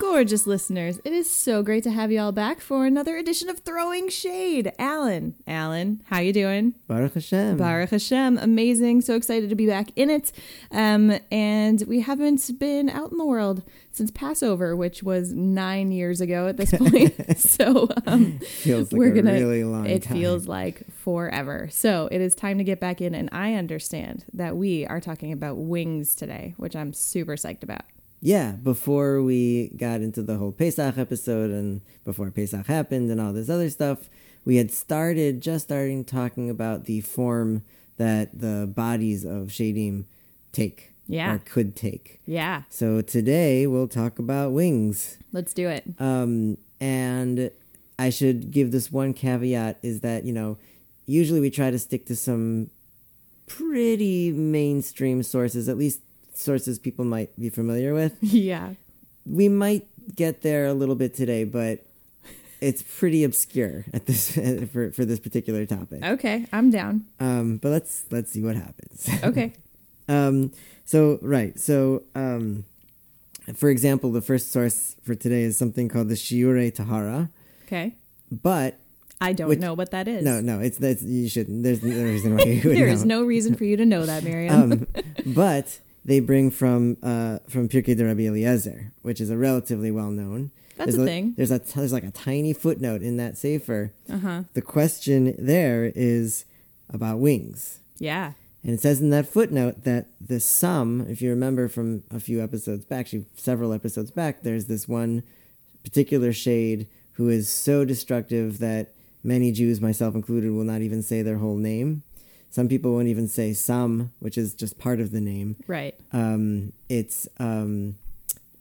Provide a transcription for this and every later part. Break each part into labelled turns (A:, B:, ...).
A: gorgeous listeners. It is so great to have you all back for another edition of Throwing Shade. Alan, Alan, how you doing?
B: Baruch Hashem.
A: Baruch Hashem, amazing. So excited to be back in it. Um, and we haven't been out in the world since Passover, which was nine years ago at this point. so um,
B: Feels like
A: we're
B: a
A: gonna.
B: really long
A: it
B: time.
A: feels like forever. So it is time to get back in, and I understand that we are talking about wings today, which I'm super psyched about.
B: Yeah, before we got into the whole Pesach episode and before Pesach happened and all this other stuff, we had started just starting talking about the form that the bodies of Shadim take.
A: Yeah.
B: Or could take.
A: Yeah,
B: So today we'll talk about wings.
A: let's do it.
B: Um, and I should give this one caveat is that, you know, usually we try to stick to some pretty mainstream sources, at least sources people might be familiar with.
A: yeah.
B: We might get there a little bit today, but it's pretty obscure at this for, for this particular topic.
A: Okay, I'm down.
B: Um, but let's let's see what happens.
A: Okay.
B: Um, so right, so um, for example, the first source for today is something called the Shiure Tahara,
A: Okay.
B: but
A: I don't
B: Which-
A: know what that is.
B: No, no, it's that's you shouldn't. There's no reason why you would
A: there
B: know.
A: is no reason for you to know that, Miriam.
B: um, but they bring from uh, from Pirkei de Rabbi Eliezer, which is a relatively well known.
A: That's
B: there's
A: a thing.
B: There's a there's like a tiny footnote in that safer. Uh-huh. The question there is about wings,
A: yeah.
B: and it says in that footnote that the sum, if you remember from a few episodes back, actually several episodes back, there's this one particular shade who is so destructive that many Jews, myself included, will not even say their whole name. Some people won't even say some, which is just part of the name.
A: Right.
B: Um, it's um,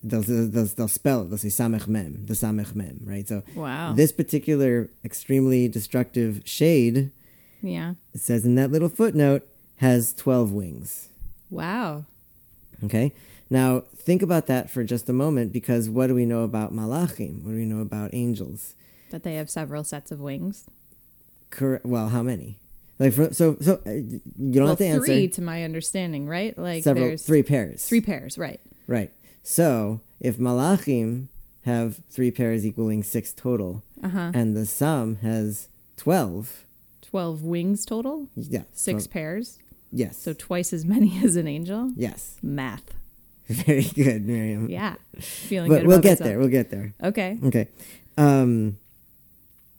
B: they'll, they'll they'll spell it. They'll say samech mem, the samech mem, right? So
A: Wow.
B: this particular extremely destructive shade,
A: yeah.
B: it says in that little footnote, has twelve wings.
A: Wow.
B: Okay. Now think about that for just a moment, because what do we know about malachim? What do we know about angels?
A: That they have several sets of wings.
B: Correct. Well, how many? Like for, so so uh, you don't
A: well,
B: have to answer.
A: three, to my understanding, right? Like
B: several
A: there's
B: three pairs.
A: three pairs, right?
B: Right. So if malachim have three pairs equaling six total,
A: Uh-huh.
B: and the sum has twelve.
A: Twelve wings total,
B: Yeah.
A: six
B: so-
A: pairs,
B: yes.
A: so twice as many as an angel.
B: yes.
A: Math.
B: Very good, Miriam.
A: Yeah. Feeling
B: But
A: good.
B: we'll
A: about
B: get
A: myself.
B: there. We'll get there.
A: Okay.
B: Okay. Um,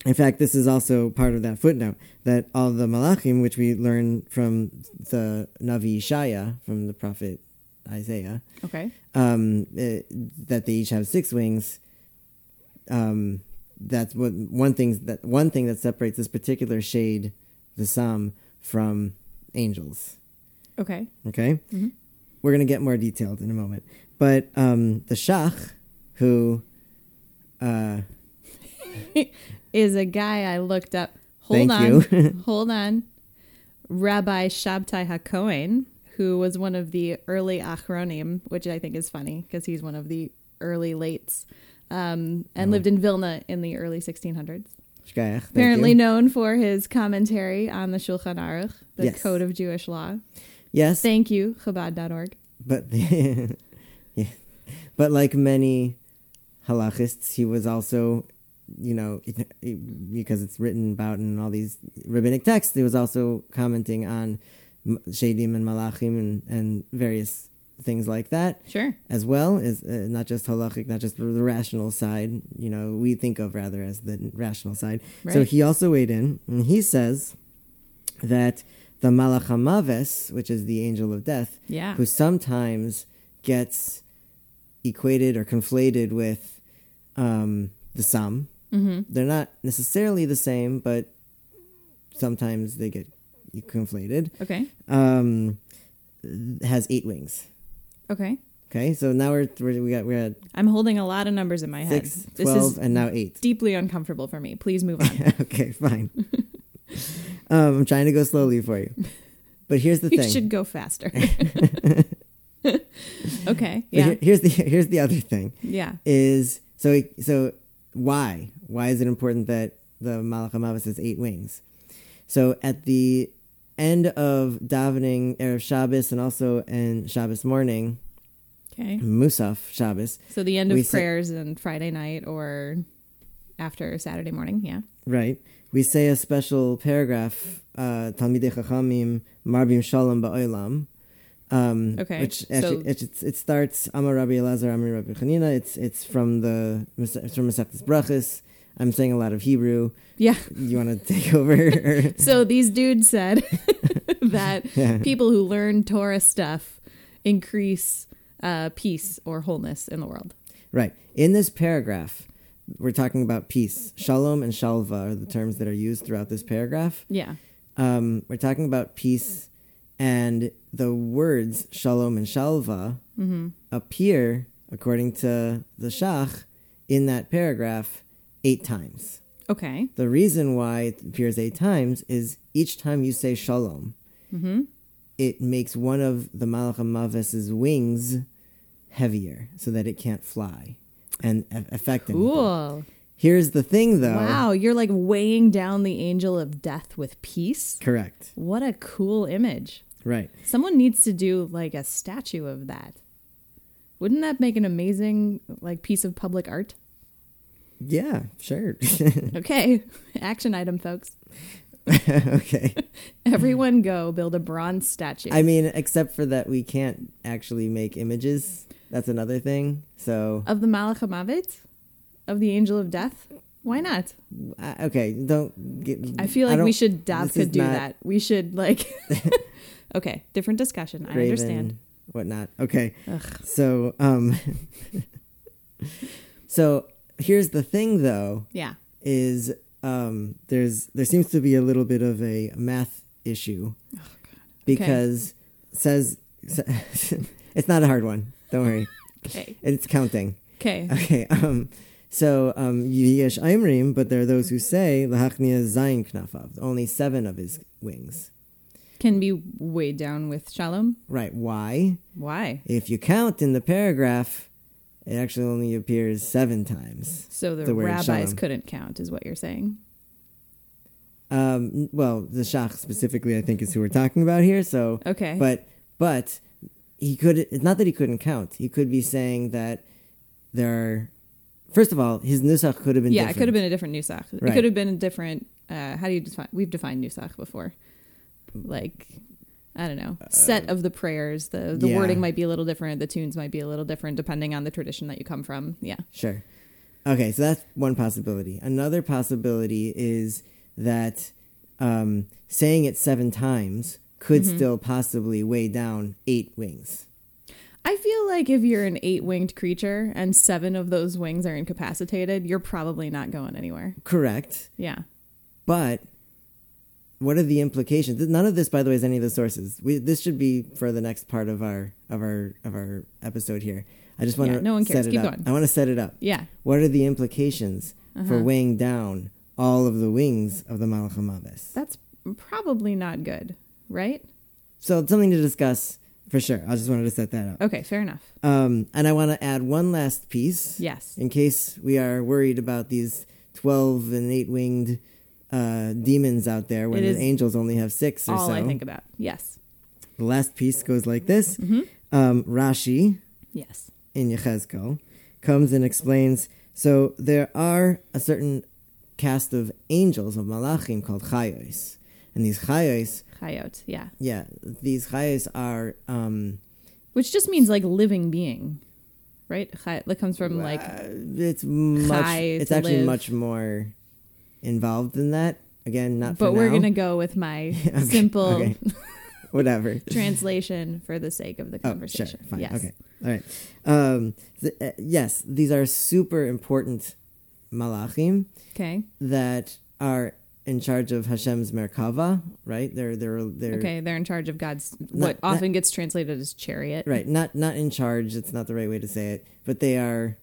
B: in fact, this is also part of that footnote that all the malachim, which we learn from the Navi Ishaya, from the prophet Isaiah,
A: Okay.
B: um, eh, that they each have six wings. Um, that's what one thing that one thing that separates this particular shade, the Sam, from angels.
A: Okay.
B: Okay, we're gonna get more detailed in a moment. But um, the Shach, who uh,
A: Is a guy I looked up. Hold
B: Thank
A: on.
B: you.
A: hold on. Rabbi Shabtai HaKohen, who was one of the early Achronim, which I think is funny because he's one of the early lates, um, and lived in Vilna in the early 1600s.
B: Shkayach, thank
A: Apparently
B: you.
A: known for his commentary on the Shulchan Aruch, the
B: Yes.
A: Code of Jewish Law.
B: yes,
A: Thank you, Chabad.org.
B: but the, yeah, but like many halachists, he was also, you know, it- it- because it's written about in all these rabbinic texts, he was also commenting on m- shadim and malachim and, and various things like that,
A: Sure.
B: as well as uh, not just halachic, not just the rational side. You know, we think of rather as the rational side. So
A: Right.
B: he also weighed in, and he says that the malachamaves, which is the angel of death,
A: Yeah.
B: who sometimes gets equated or conflated with um, the sum. Mm-hmm. They're not necessarily the same, but sometimes they get conflated.
A: Okay.
B: Um, has eight wings.
A: Okay.
B: Okay, so now we're, we're we got we're at
A: I'm holding a lot of numbers in my head.
B: six, twelve,
A: this is
B: and now eight.
A: deeply uncomfortable for me. Please move on.
B: okay, fine. um, I'm trying to go slowly for you, but here's the
A: you
B: thing.
A: should go faster. okay.
B: But
A: Yeah.
B: here- here's the here's the other thing.
A: Yeah.
B: is so so why why is it important that the Malach Amavis has eight wings? So at the end of davening erev Shabbos and also in Shabbos morning,
A: Okay.
B: Musaf Shabbos.
A: So the end of
B: We say-
A: prayers and Friday night or after Saturday morning. Yeah.
B: Right. We say a special paragraph, uh, Talmidei Chachamim Marbim Shalom Ba'olam. Um,
A: Okay,
B: Which
A: so-
B: actually, it, it, it starts Amar Rabbi Elazar, Amar Rabbi Chanina. It's it's from the it's from Masechtas Brachas. I'm saying a lot of Hebrew.
A: Yeah.
B: You want to take over?
A: So these dudes said that
B: yeah.
A: people who learn Torah stuff increase uh, peace or wholeness in the world.
B: Right. In this paragraph, we're talking about peace. Shalom and shalva are the terms that are used throughout this paragraph.
A: Yeah.
B: Um, we're talking about peace, and the words shalom and shalva
A: Mm-hmm.
B: appear, according to the Shach, in that paragraph eight times.
A: Okay.
B: The reason why it appears eight times is each time you say shalom,
A: Mm-hmm.
B: it makes one of the Malach Mavis's wings heavier so that it can't fly and a- affect anything.
A: Cool.
B: Here's the thing, though.
A: Wow. You're like weighing down the angel of death with peace.
B: Correct.
A: What a cool image.
B: Right.
A: Someone needs to do like a statue of that. Wouldn't that make an amazing like piece of public art?
B: Yeah, sure.
A: Okay. Action item, folks.
B: okay.
A: Everyone go build a bronze statue.
B: I mean, except for that we can't actually make images. That's another thing. So,
A: of the Malach Hamavit? Of the angel of death? Why not?
B: I okay, don't get.
A: I feel like
B: don't-
A: we should Dav
B: this is
A: could do
B: not
A: that. We should like Okay, different discussion. I
B: Raven,
A: understand.
B: Whatnot. Okay.
A: Ugh.
B: So, um, so here's the thing, though,
A: Yeah.
B: is um, there's there seems to be a little bit of a math issue
A: Oh,
B: because says it's not a hard one. Don't worry,
A: Okay.
B: it's counting.
A: Okay.
B: Okay. Um, so um, Yesh Aimrim, but there are those who say Lahachnia Zayin Knafav, only seven of his wings.
A: Can be weighed down with Shalom.
B: Right? Why?
A: Why?
B: If you count in the paragraph, it actually only appears seven times.
A: So the,
B: The word
A: rabbis
B: Shalom.
A: couldn't count, is what you're saying.
B: Um, n- well, the Shach specifically, I think, is who we're talking about here. So,
A: Okay.
B: but but he could. It's not that he couldn't count. He could be saying that there are. First of all, his nusach could have been
A: yeah,
B: different.
A: it could have been a different nusach. It
B: Right.
A: could have been a different. Uh, how do you define? We've defined nusach before, like I don't know, set of the prayers. The the
B: Uh, yeah.
A: wording might be a little different. The tunes might be a little different depending on the tradition that you come from. Yeah.
B: Sure. Okay, so that's one possibility. Another possibility is that um, saying it seven times could
A: Mm-hmm.
B: still possibly weigh down eight wings.
A: I feel like if you're an eight winged creature and seven of those wings are incapacitated, you're probably not going anywhere.
B: Correct.
A: Yeah.
B: But what are the implications? None of this, by the way, is any of the sources. We, this should be for the next part of our of our of our episode here. I just want
A: Yeah,
B: to
A: no one cares.
B: set it
A: Keep
B: up.
A: going. Uh-huh.
B: I want to set it up.
A: Yeah.
B: What are the implications for weighing down all of the wings of the Malach Hamavis?
A: That's probably not good, right?
B: So it's something to discuss for sure. I just wanted to set that up.
A: Okay, fair enough.
B: Um, and I want to add one last piece.
A: Yes.
B: In case we are worried about these 12 and 8 winged uh, demons out there when
A: It is
B: the angels only have six or
A: All
B: so.
A: I think Mm-hmm. about. Yes.
B: The last piece goes like this um, Rashi
A: Yes.
B: in Yechezkel comes and explains so there are a certain cast of angels, of malachim, called chayos. And these chayos,
A: Chayot. Yeah.
B: yeah, these chayos are. Um,
A: which just means like living being, right? Chai, that comes from like
B: Uh, it's much.
A: Chai
B: it's
A: to
B: actually
A: live.
B: much more involved than that. Again, not.
A: but
B: for
A: we're
B: now.
A: gonna go with my
B: Okay,
A: simple
B: okay. Whatever.
A: translation for the sake of the
B: Oh, sure.
A: conversation.
B: Fine.
A: Yes.
B: Okay. All right. Um, th- uh, yes, these are super important malachim
A: Okay.
B: that are in charge of Hashem's merkava. Right. They're they're they're
A: Okay. They're in charge of God's
B: No,
A: what
B: that-
A: often gets translated as chariot.
B: right. Not not in charge. It's not the right way to say it, but they are.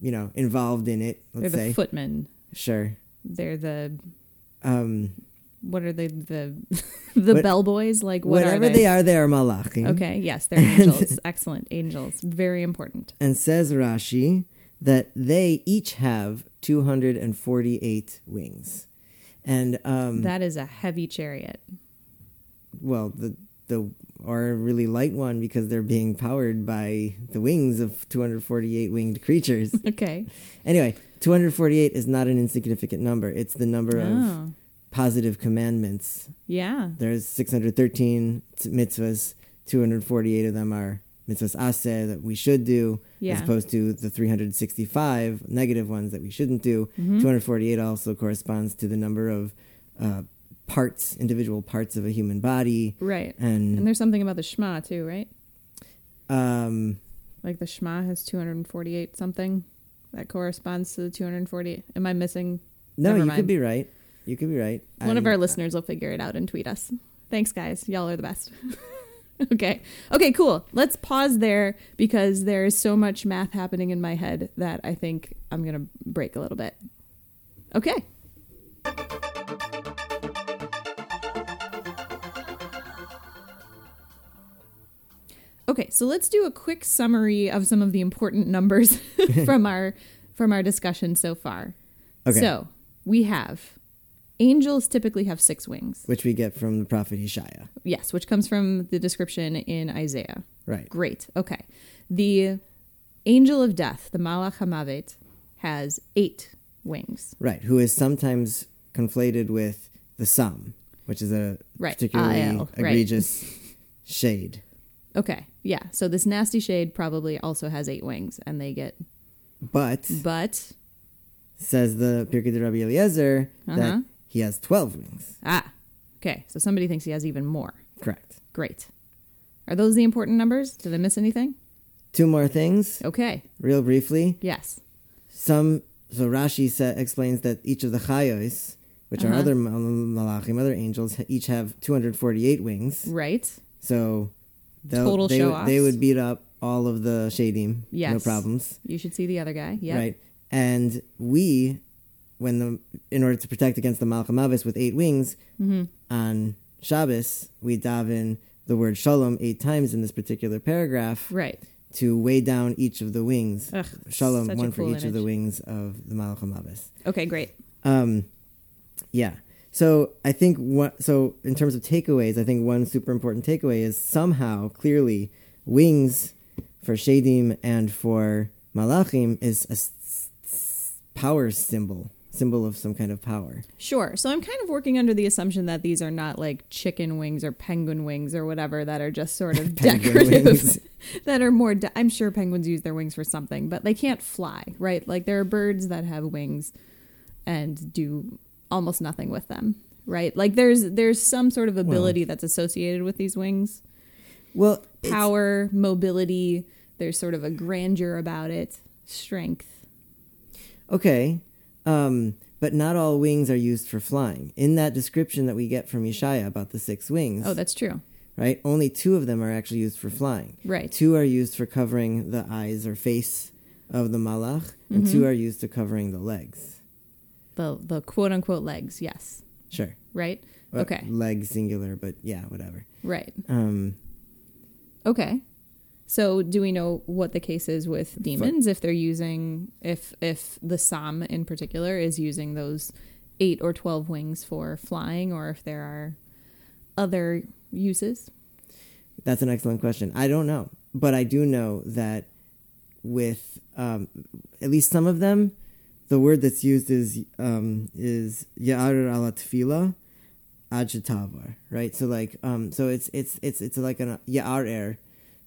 B: You know, involved in it.
A: They're
B: Let's
A: the
B: say
A: footmen.
B: sure.
A: They're the
B: Um,
A: what are they the the
B: What-
A: bellboys? Like what
B: whatever
A: are
B: they?
A: they?
B: are, they are malachim.
A: Okay. Yes, they're angels. Excellent angels. Very important.
B: and says Rashi that they each have 248 wings. And um
A: That is a heavy chariot.
B: well the the or a really light one because they're being powered by the wings of 248 winged creatures.
A: Okay.
B: anyway, 248 is not an insignificant number. It's the number of
A: Oh,
B: positive commandments.
A: yeah.
B: There's 613 t- mitzvahs. 248 of them are mitzvahs aseh that we should do, as
A: Yeah.
B: opposed to the 365 negative ones that we shouldn't do.
A: Mm-hmm. Hmm?
B: 248 also corresponds to the number of uh, parts, individual parts of a human body.
A: Right. And
B: And
A: there's something about the Shema too, right?
B: um,
A: Like the Shema has 248 something that corresponds to the 248. Am I missing?
B: no,
A: Never
B: you
A: mind.
B: could be right. You could be right.
A: One of
B: I'm-
A: our listeners will figure it out and tweet us. Thanks, guys. Y'all are the best. okay. Okay, cool. Let's pause there because there is so much math happening in my head that I think I'm going to break a little bit. Okay. Okay, so let's do a quick summary of some of the important numbers from our from our discussion so far.
B: Okay.
A: So, we have angels typically have 6 wings.
B: which we get from the prophet Hishaya.
A: Yes, which comes from the description in Isaiah.
B: Right.
A: Great. Okay. The angel of death, the Malach HaMavet, has 8 wings.
B: Right. Who is sometimes conflated with the sum, which is a
A: Right,
B: particularly
A: IL, right.
B: egregious shade.
A: Okay. Yeah. So this nasty shade probably also has 8 wings and they get
B: But
A: but
B: says the Pirkei de Rabbi Eliezer
A: Uh-huh.
B: that he has 12 wings.
A: ah. Okay. So somebody thinks he has even more.
B: Correct.
A: Great. Are those the important numbers? Did I miss anything?
B: Two more things,
A: Okay.
B: real briefly.
A: Yes.
B: Some, so Rashi sa- explains that each of the Chayos, which are
A: Uh-huh.
B: other mal- malachim, other angels, each have 248 wings.
A: Right.
B: So they'll-
A: Total
B: they, would-
A: show-offs.
B: they would beat up all of the shadim. No
A: Yes.
B: problems.
A: You should see the other guy. Yeah.
B: Right. And we, when the in order to protect against the Malcham Avis with eight wings
A: Mm-hmm.
B: on Shabbos, we daven the word Shalom eight times in this particular paragraph
A: Right.
B: to weigh down each of the wings.
A: Ugh,
B: Shalom,
A: such a
B: one for
A: cool
B: each of the
A: image.
B: wings of the Malcham Avis.
A: Okay. Great.
B: Um, yeah. So I think what so in terms of takeaways, I think one super important takeaway is somehow clearly wings for shadim and for malachim is a s- s- s- power symbol, symbol of some kind of power.
A: Sure. So I'm kind of working under the assumption that these are not like chicken wings or penguin wings or whatever that are just sort of
B: Penguin wings.
A: decorative. that are more. De- I'm sure penguins use their wings for something, but they can't fly, right? Like there are birds that have wings and do almost nothing with them, right? Like there's there's some sort of ability that's associated with these wings,
B: Well, it's-
A: power, mobility. There's sort of a grandeur about it, strength.
B: okay, um, but not all wings are used for flying. In that description that we get from Yeshaya about the six wings,
A: Oh, that's true.
B: right? Only two of them are actually used for flying.
A: Right.
B: Two are used for covering the eyes or face of the malach, and
A: Mm-hmm.
B: two are used to covering the legs.
A: The the quote unquote legs. Yes.
B: Sure.
A: Right.
B: Well,
A: okay.
B: Leg singular, but yeah, whatever.
A: Right.
B: Um,
A: Okay. So do we know what the case is with demons if they're using if if the Sam in particular is using those 8 or 12 wings for flying or if there are other uses?
B: that's an excellent question. I don't know, but I do know that with um, at least some of them, the word that's used is um, is ya'ar ala tefila ajitavar, right? So like, um, so it's it's it's it's like an ya'ar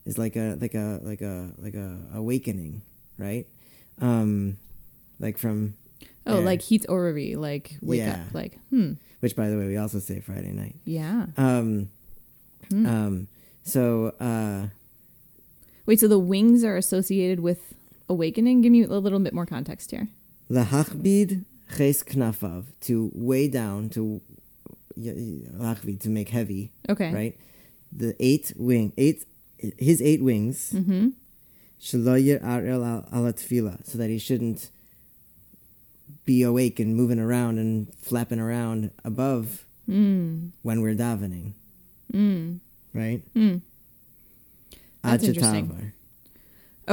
B: is like a like a like a like a awakening, right? Um, like from
A: Oh,
B: air,
A: like heat orrery, like wake
B: Yeah.
A: up, like hmm,
B: which by the way we also say Friday night.
A: yeah.
B: Um, um, so uh,
A: Wait, so the wings are associated with awakening? Give me a little bit more context here.
B: Lahachbid ches knafav to weigh down to y- y- lachbid to make heavy.
A: Okay.
B: Right. The eight wing eight his eight wings.
A: Mm-hmm.
B: Shelo yir'arel al ala tefila, so that he shouldn't be awake and moving around and flapping around above
A: Mm.
B: when we're davening. Right.
A: Mm. That's interesting.
B: Achetavar.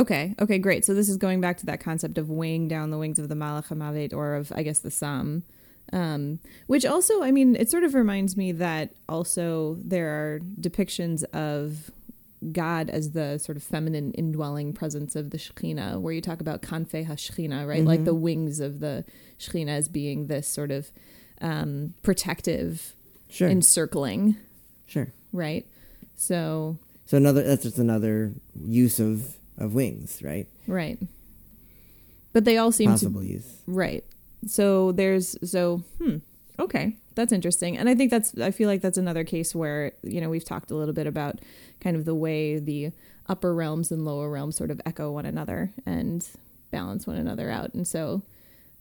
A: Okay. Okay. Great. So this is going back to that concept of weighing down the wings of the Malach Hamavet, or of I guess the Sam, Um, which also, I mean, it sort of reminds me that also there are depictions of God as the sort of feminine indwelling presence of the Shekhinah, where you talk about Kanfei HaShekhinah, right? Like the wings of the Shekhinah as being this sort of um, protective
B: Sure.
A: encircling,
B: sure.
A: right? So,
B: So another that's just another use of of wings, right?
A: right. But they all seem to
B: Possible use.
A: Right. So there's so hmm. Okay, that's interesting, and I think that's I feel like that's another case where you know we've talked a little bit about kind of the way the upper realms and lower realms sort of echo one another and balance one another out, and so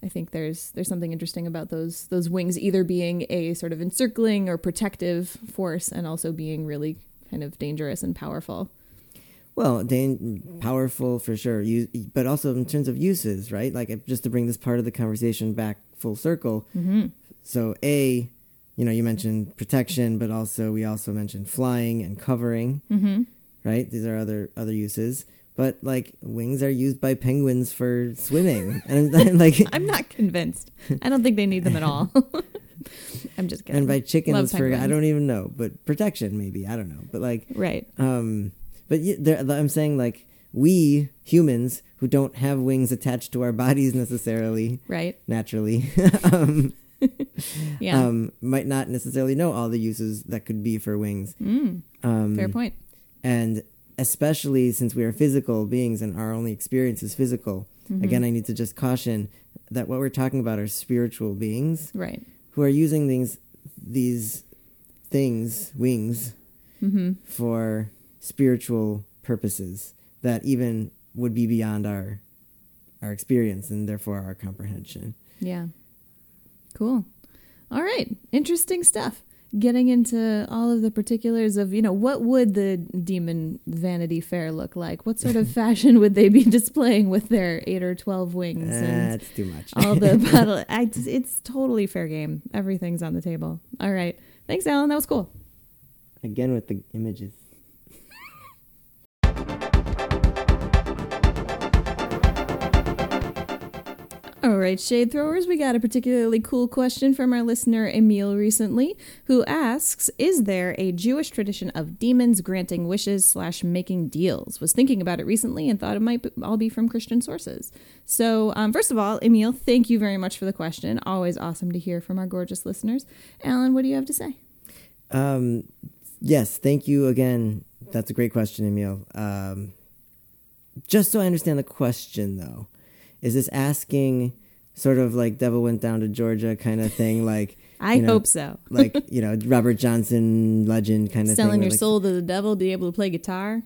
A: I think there's there's something interesting about those those wings either being a sort of encircling or protective force and also being really kind of dangerous and powerful.
B: Well, dan- powerful for sure, u- but also in terms of uses, right? Like uh, just to bring this part of the conversation back full circle. Mm-hmm. So, a, you know, you mentioned protection, but also we also mentioned flying and covering, mm-hmm. right? These are other other uses. But like wings are used by penguins for swimming, and then, like
A: I'm not convinced. I don't think they need them at all. I'm just kidding.
B: and by
A: Love
B: chickens for I
A: penguins.
B: don't even know, but protection maybe I don't know, but like
A: Right.
B: Um, but y- there, I'm saying like we humans who don't have wings attached to our bodies necessarily,
A: Right.
B: naturally,
A: Yeah.
B: um, might not necessarily know all the uses that could be for wings.
A: Mm,
B: Um, mm,
A: fair point.
B: And especially since we are physical beings and our only experience is physical,
A: Mm-hmm.
B: again, I need to just caution that what we're talking about are spiritual beings
A: Right.
B: who are using these these things wings
A: Mm-hmm.
B: for spiritual purposes that even would be beyond our our experience and therefore our comprehension.
A: Yeah. Cool. All right. Interesting stuff. Getting into all of the particulars of, you know, what would the demon Vanity Fair look like? What sort of fashion would they be displaying with their eight or 12 wings
B: Uh,
A: and
B: That's too much.
A: all the battle? I, it's, it's totally fair game. Everything's on the table. All right. Thanks, Alan. That was cool.
B: Again with the images.
A: All right, Shade Throwers, we got a particularly cool question from our listener Emil recently, who asks Is there a Jewish tradition of demons granting wishes slash making deals? Was thinking about it recently and thought it might be- all be from Christian sources. So, um, first of all, Emil, thank you very much for the question. Always awesome to hear from our gorgeous listeners. Alan, what do you have to say?
B: Um, yes, thank you again. That's a great question, Emil. Um, just so I understand the question, though, is this asking sort of like devil went down to Georgia kind of thing? Like,
A: I
B: you know,
A: hope so.
B: like you know Robert Johnson legend kind of thing.
A: Selling
B: where,
A: your
B: like,
A: soul to the devil, be able to play guitar?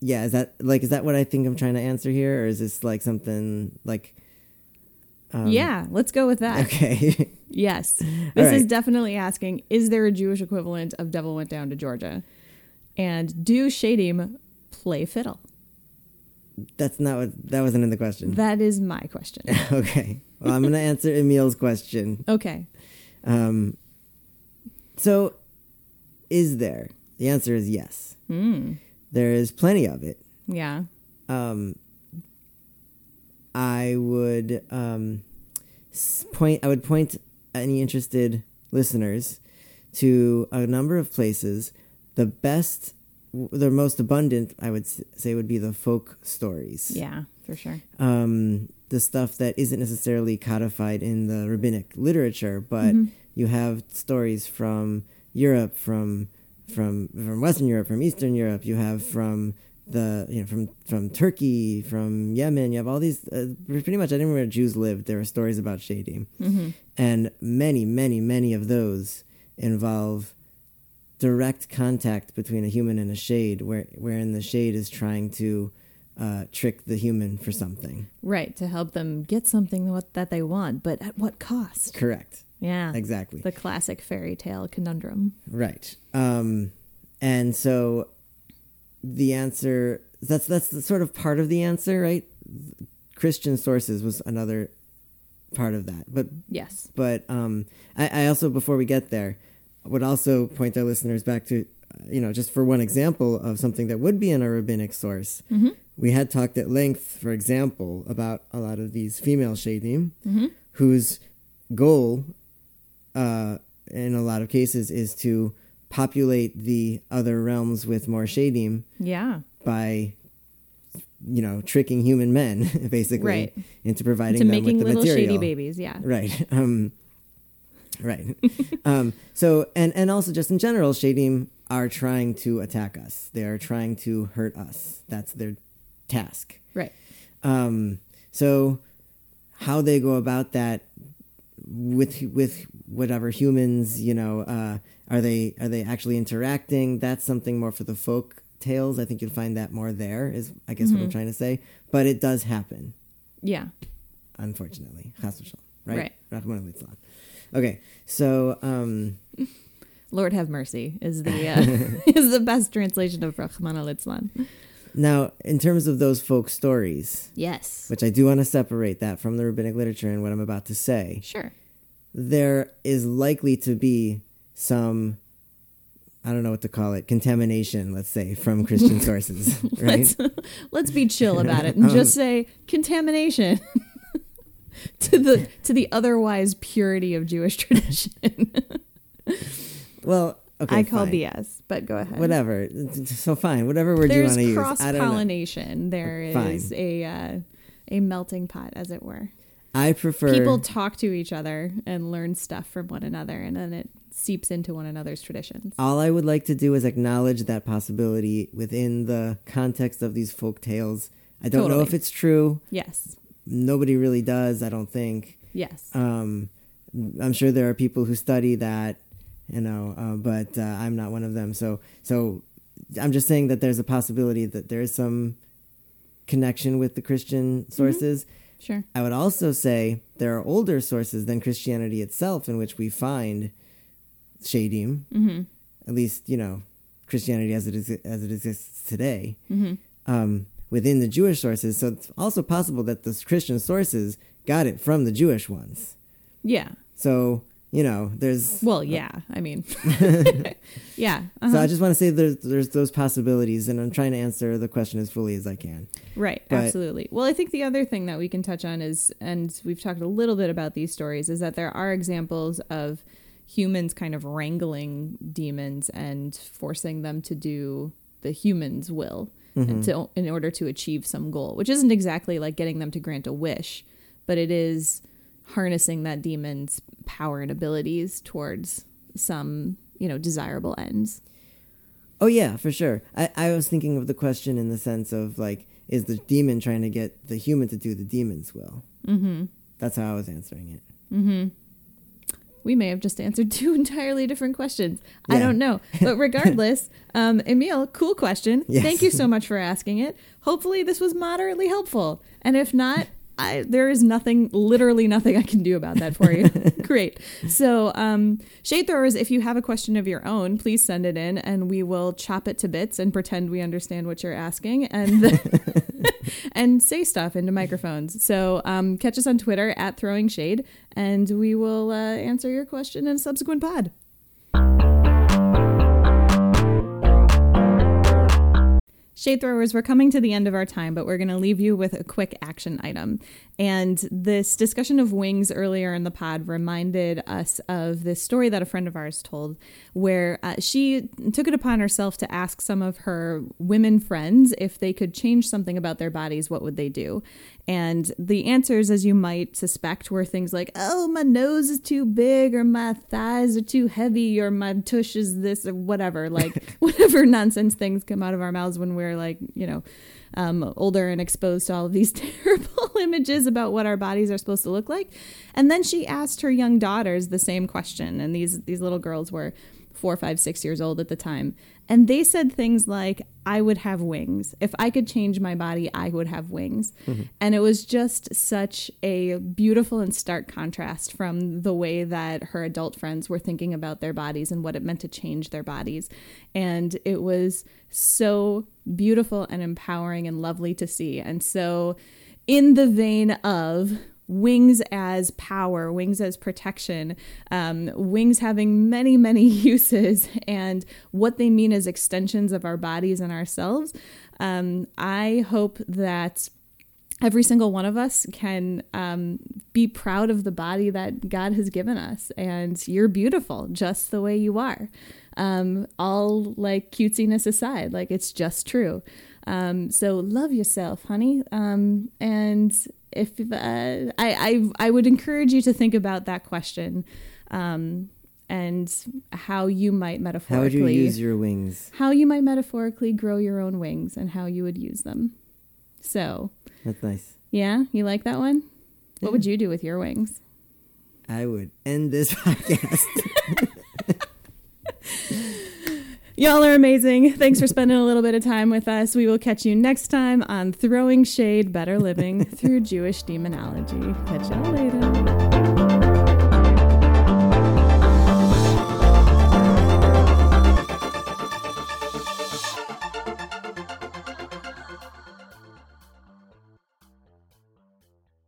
B: Yeah, is that like is that what I think I'm trying to answer here, or is this like something like um,
A: yeah, let's go with that.
B: okay?
A: Yes. This is
B: right.
A: definitely asking Is there a Jewish equivalent of Devil Went Down to Georgia? And do Shadim play fiddle?
B: That's not what that wasn't in the question.
A: That is my question.
B: okay, well I'm gonna answer Emil's question.
A: Okay.
B: Um, so, is there? The answer is yes. There is plenty of it.
A: Hmm. Yeah.
B: um, I would um, s- point. I would point any interested listeners to a number of places. The best, w- the most abundant, I would s- say, would be the folk stories.
A: Yeah, for sure.
B: Um, the stuff that isn't necessarily codified in the rabbinic literature, but
A: Mm-hmm.
B: you have stories from Europe, from from from Western Europe, from Eastern Europe. You have from the you know from from Turkey, from Yemen. You have all these uh, pretty much anywhere Jews lived. There are stories about Shadim,
A: Mm-hmm.
B: and many, many, many of those involve direct contact between a human and a shade, where wherein the shade is trying to uh, trick the human for something.
A: Right. To help them get something what, that they want, but at what cost?
B: Correct.
A: Yeah.
B: Exactly.
A: The classic fairy tale conundrum.
B: Right. Um, and so the answer that's that's the sort of part of the answer, right? Christian sources was another part of that, but
A: Yes.
B: but um, I, I also before we get there would also point our listeners back to uh, you know just for one example of something that would be in a rabbinic source we had talked at length for
A: Mm-hmm.
B: example about a lot of these female shadim whose goal uh, in a lot of cases is to populate the other realms with more shadim
A: Yeah.
B: by you know tricking human men basically
A: Right.
B: into providing
A: To
B: them
A: making
B: with the
A: little
B: material
A: shady babies. Yeah.
B: right um right um so and and also just in general shadim are trying to attack us they are trying to hurt us that's their task
A: Right.
B: um so how they go about that with with whatever humans you know uh are they are they actually interacting that's something more for the folk tales i think you'll find that more there is i guess what i'm trying to say but it does happen
A: Yeah.
B: unfortunately. Chas v'shalom, right?
A: Right.
B: Rahman litzlan. Okay, so um,
A: Lord have mercy is the uh, is the best translation of Rahman al Islam.
B: now in terms of those folk stories,
A: Yes.
B: which I do want to separate that from the rabbinic literature and what I'm about to say,
A: Sure.
B: there is likely to be some. I don't know what to call it, contamination, let's say, from Christian sources, right? Um,
A: Let's let's be chill about it and just say contamination to the to the otherwise purity of Jewish tradition.
B: Well, okay.
A: I call
B: fine.
A: BS, but go ahead.
B: Whatever. So fine, whatever word
A: There's
B: you want
A: cross
B: to use. I don't know.
A: pollination. There is
B: Fine.
A: a uh, a melting pot, as it were.
B: I prefer
A: People talk to each other and learn stuff from one another, and then it seeps into one another's traditions.
B: All I would like to do is acknowledge that possibility within the context of these folk tales. I don't know
A: Totally.
B: if it's true.
A: Yes,
B: Nobody really does, I don't think.
A: yes,
B: Um, I'm sure there are people who study that, you know, uh, but uh, I'm not one of them. So, so I'm just saying that there's a possibility that there is some connection with the Christian sources.
A: sure.
B: I would also say there are older sources than Christianity itself in which we find shadim, mm-hmm. at least you know Christianity as it is, as it exists today,
A: Mm-hmm.
B: um, within the Jewish sources. So it's also possible that the Christian sources got it from the Jewish ones.
A: Yeah.
B: So you know, there's.
A: Well, yeah. I mean, yeah. uh-huh.
B: uh, So I just want to say there's there's those possibilities, and I'm trying to answer the question as fully as I can.
A: Right,
B: But-
A: absolutely. Well, I think the other thing that we can touch on is, and we've talked a little bit about these stories, is that there are examples of humans kind of wrangling demons and forcing them to do the human's will
B: Mm-hmm.
A: and to, in order to achieve some goal, which isn't exactly like getting them to grant a wish, but it is harnessing that demon's power and abilities towards some, you know, desirable ends.
B: Oh yeah, for sure. I, I was thinking of the question in the sense of like, is the demon trying to get the human to do the demon's will? Mm-hmm. That's how I was answering it.
A: Mm-hmm. We may have just answered two entirely different questions. I
B: Yeah.
A: don't know. But regardless, um, Emil, cool question.
B: Yes.
A: Thank you so much for asking it. Hopefully, this was moderately helpful. And if not, I, there is nothing, literally nothing I can do about that for you. Great. So, um, Shade Throwers, if you have a question of your own, please send it in and we will chop it to bits and pretend we understand what you're asking. And and say stuff into microphones. So um, catch us on Twitter at Throwing Shade, and we will uh, answer your question in a subsequent pod. Shade throwers, we're coming to the end of our time, but we're going to leave you with a quick action item. And this discussion of wings earlier in the pod reminded us of this story that a friend of ours told, where uh, she took it upon herself to ask some of her women friends if they could change something about their bodies, what would they do? And the answers, as you might suspect, were things like, oh, my nose is too big, or my thighs are too heavy, or my tush is this, or whatever. Like, whatever nonsense things come out of our mouths when we're like, you know, um, older and exposed to all of these terrible images about what our bodies are supposed to look like. And then she asked her young daughters the same question. And these, these little girls were four, five, six years old at the time. And they said things like, I would have wings. If I could change my body, I would have wings. And it was just such a beautiful and stark contrast from the way that her adult friends were thinking about their bodies and what it meant to change their bodies. And it was so beautiful and empowering and lovely to see. And so, in the vein of wings as power, wings as protection, um, wings having many, many uses, and what they mean as extensions of our bodies and ourselves. Um, I hope that every single one of us can um, be proud of the body that God has given us. And you're beautiful just the way you are. Um, all like cutesiness aside, like it's just true. Um, so love yourself, honey. Um, and if uh, I, I, I would encourage you to think about that question um, and how you might
B: How would
A: metaphorically
B: you use your wings?
A: how you might metaphorically grow your own wings and how you would use them. So,
B: That's nice.
A: yeah, you like that one? What would you do with your wings?
B: I would end this podcast.
A: Y'all are amazing. Thanks for spending a little bit of time with us. We will catch you next time on Throwing Shade Better Living Through Jewish Demonology. Catch y'all later.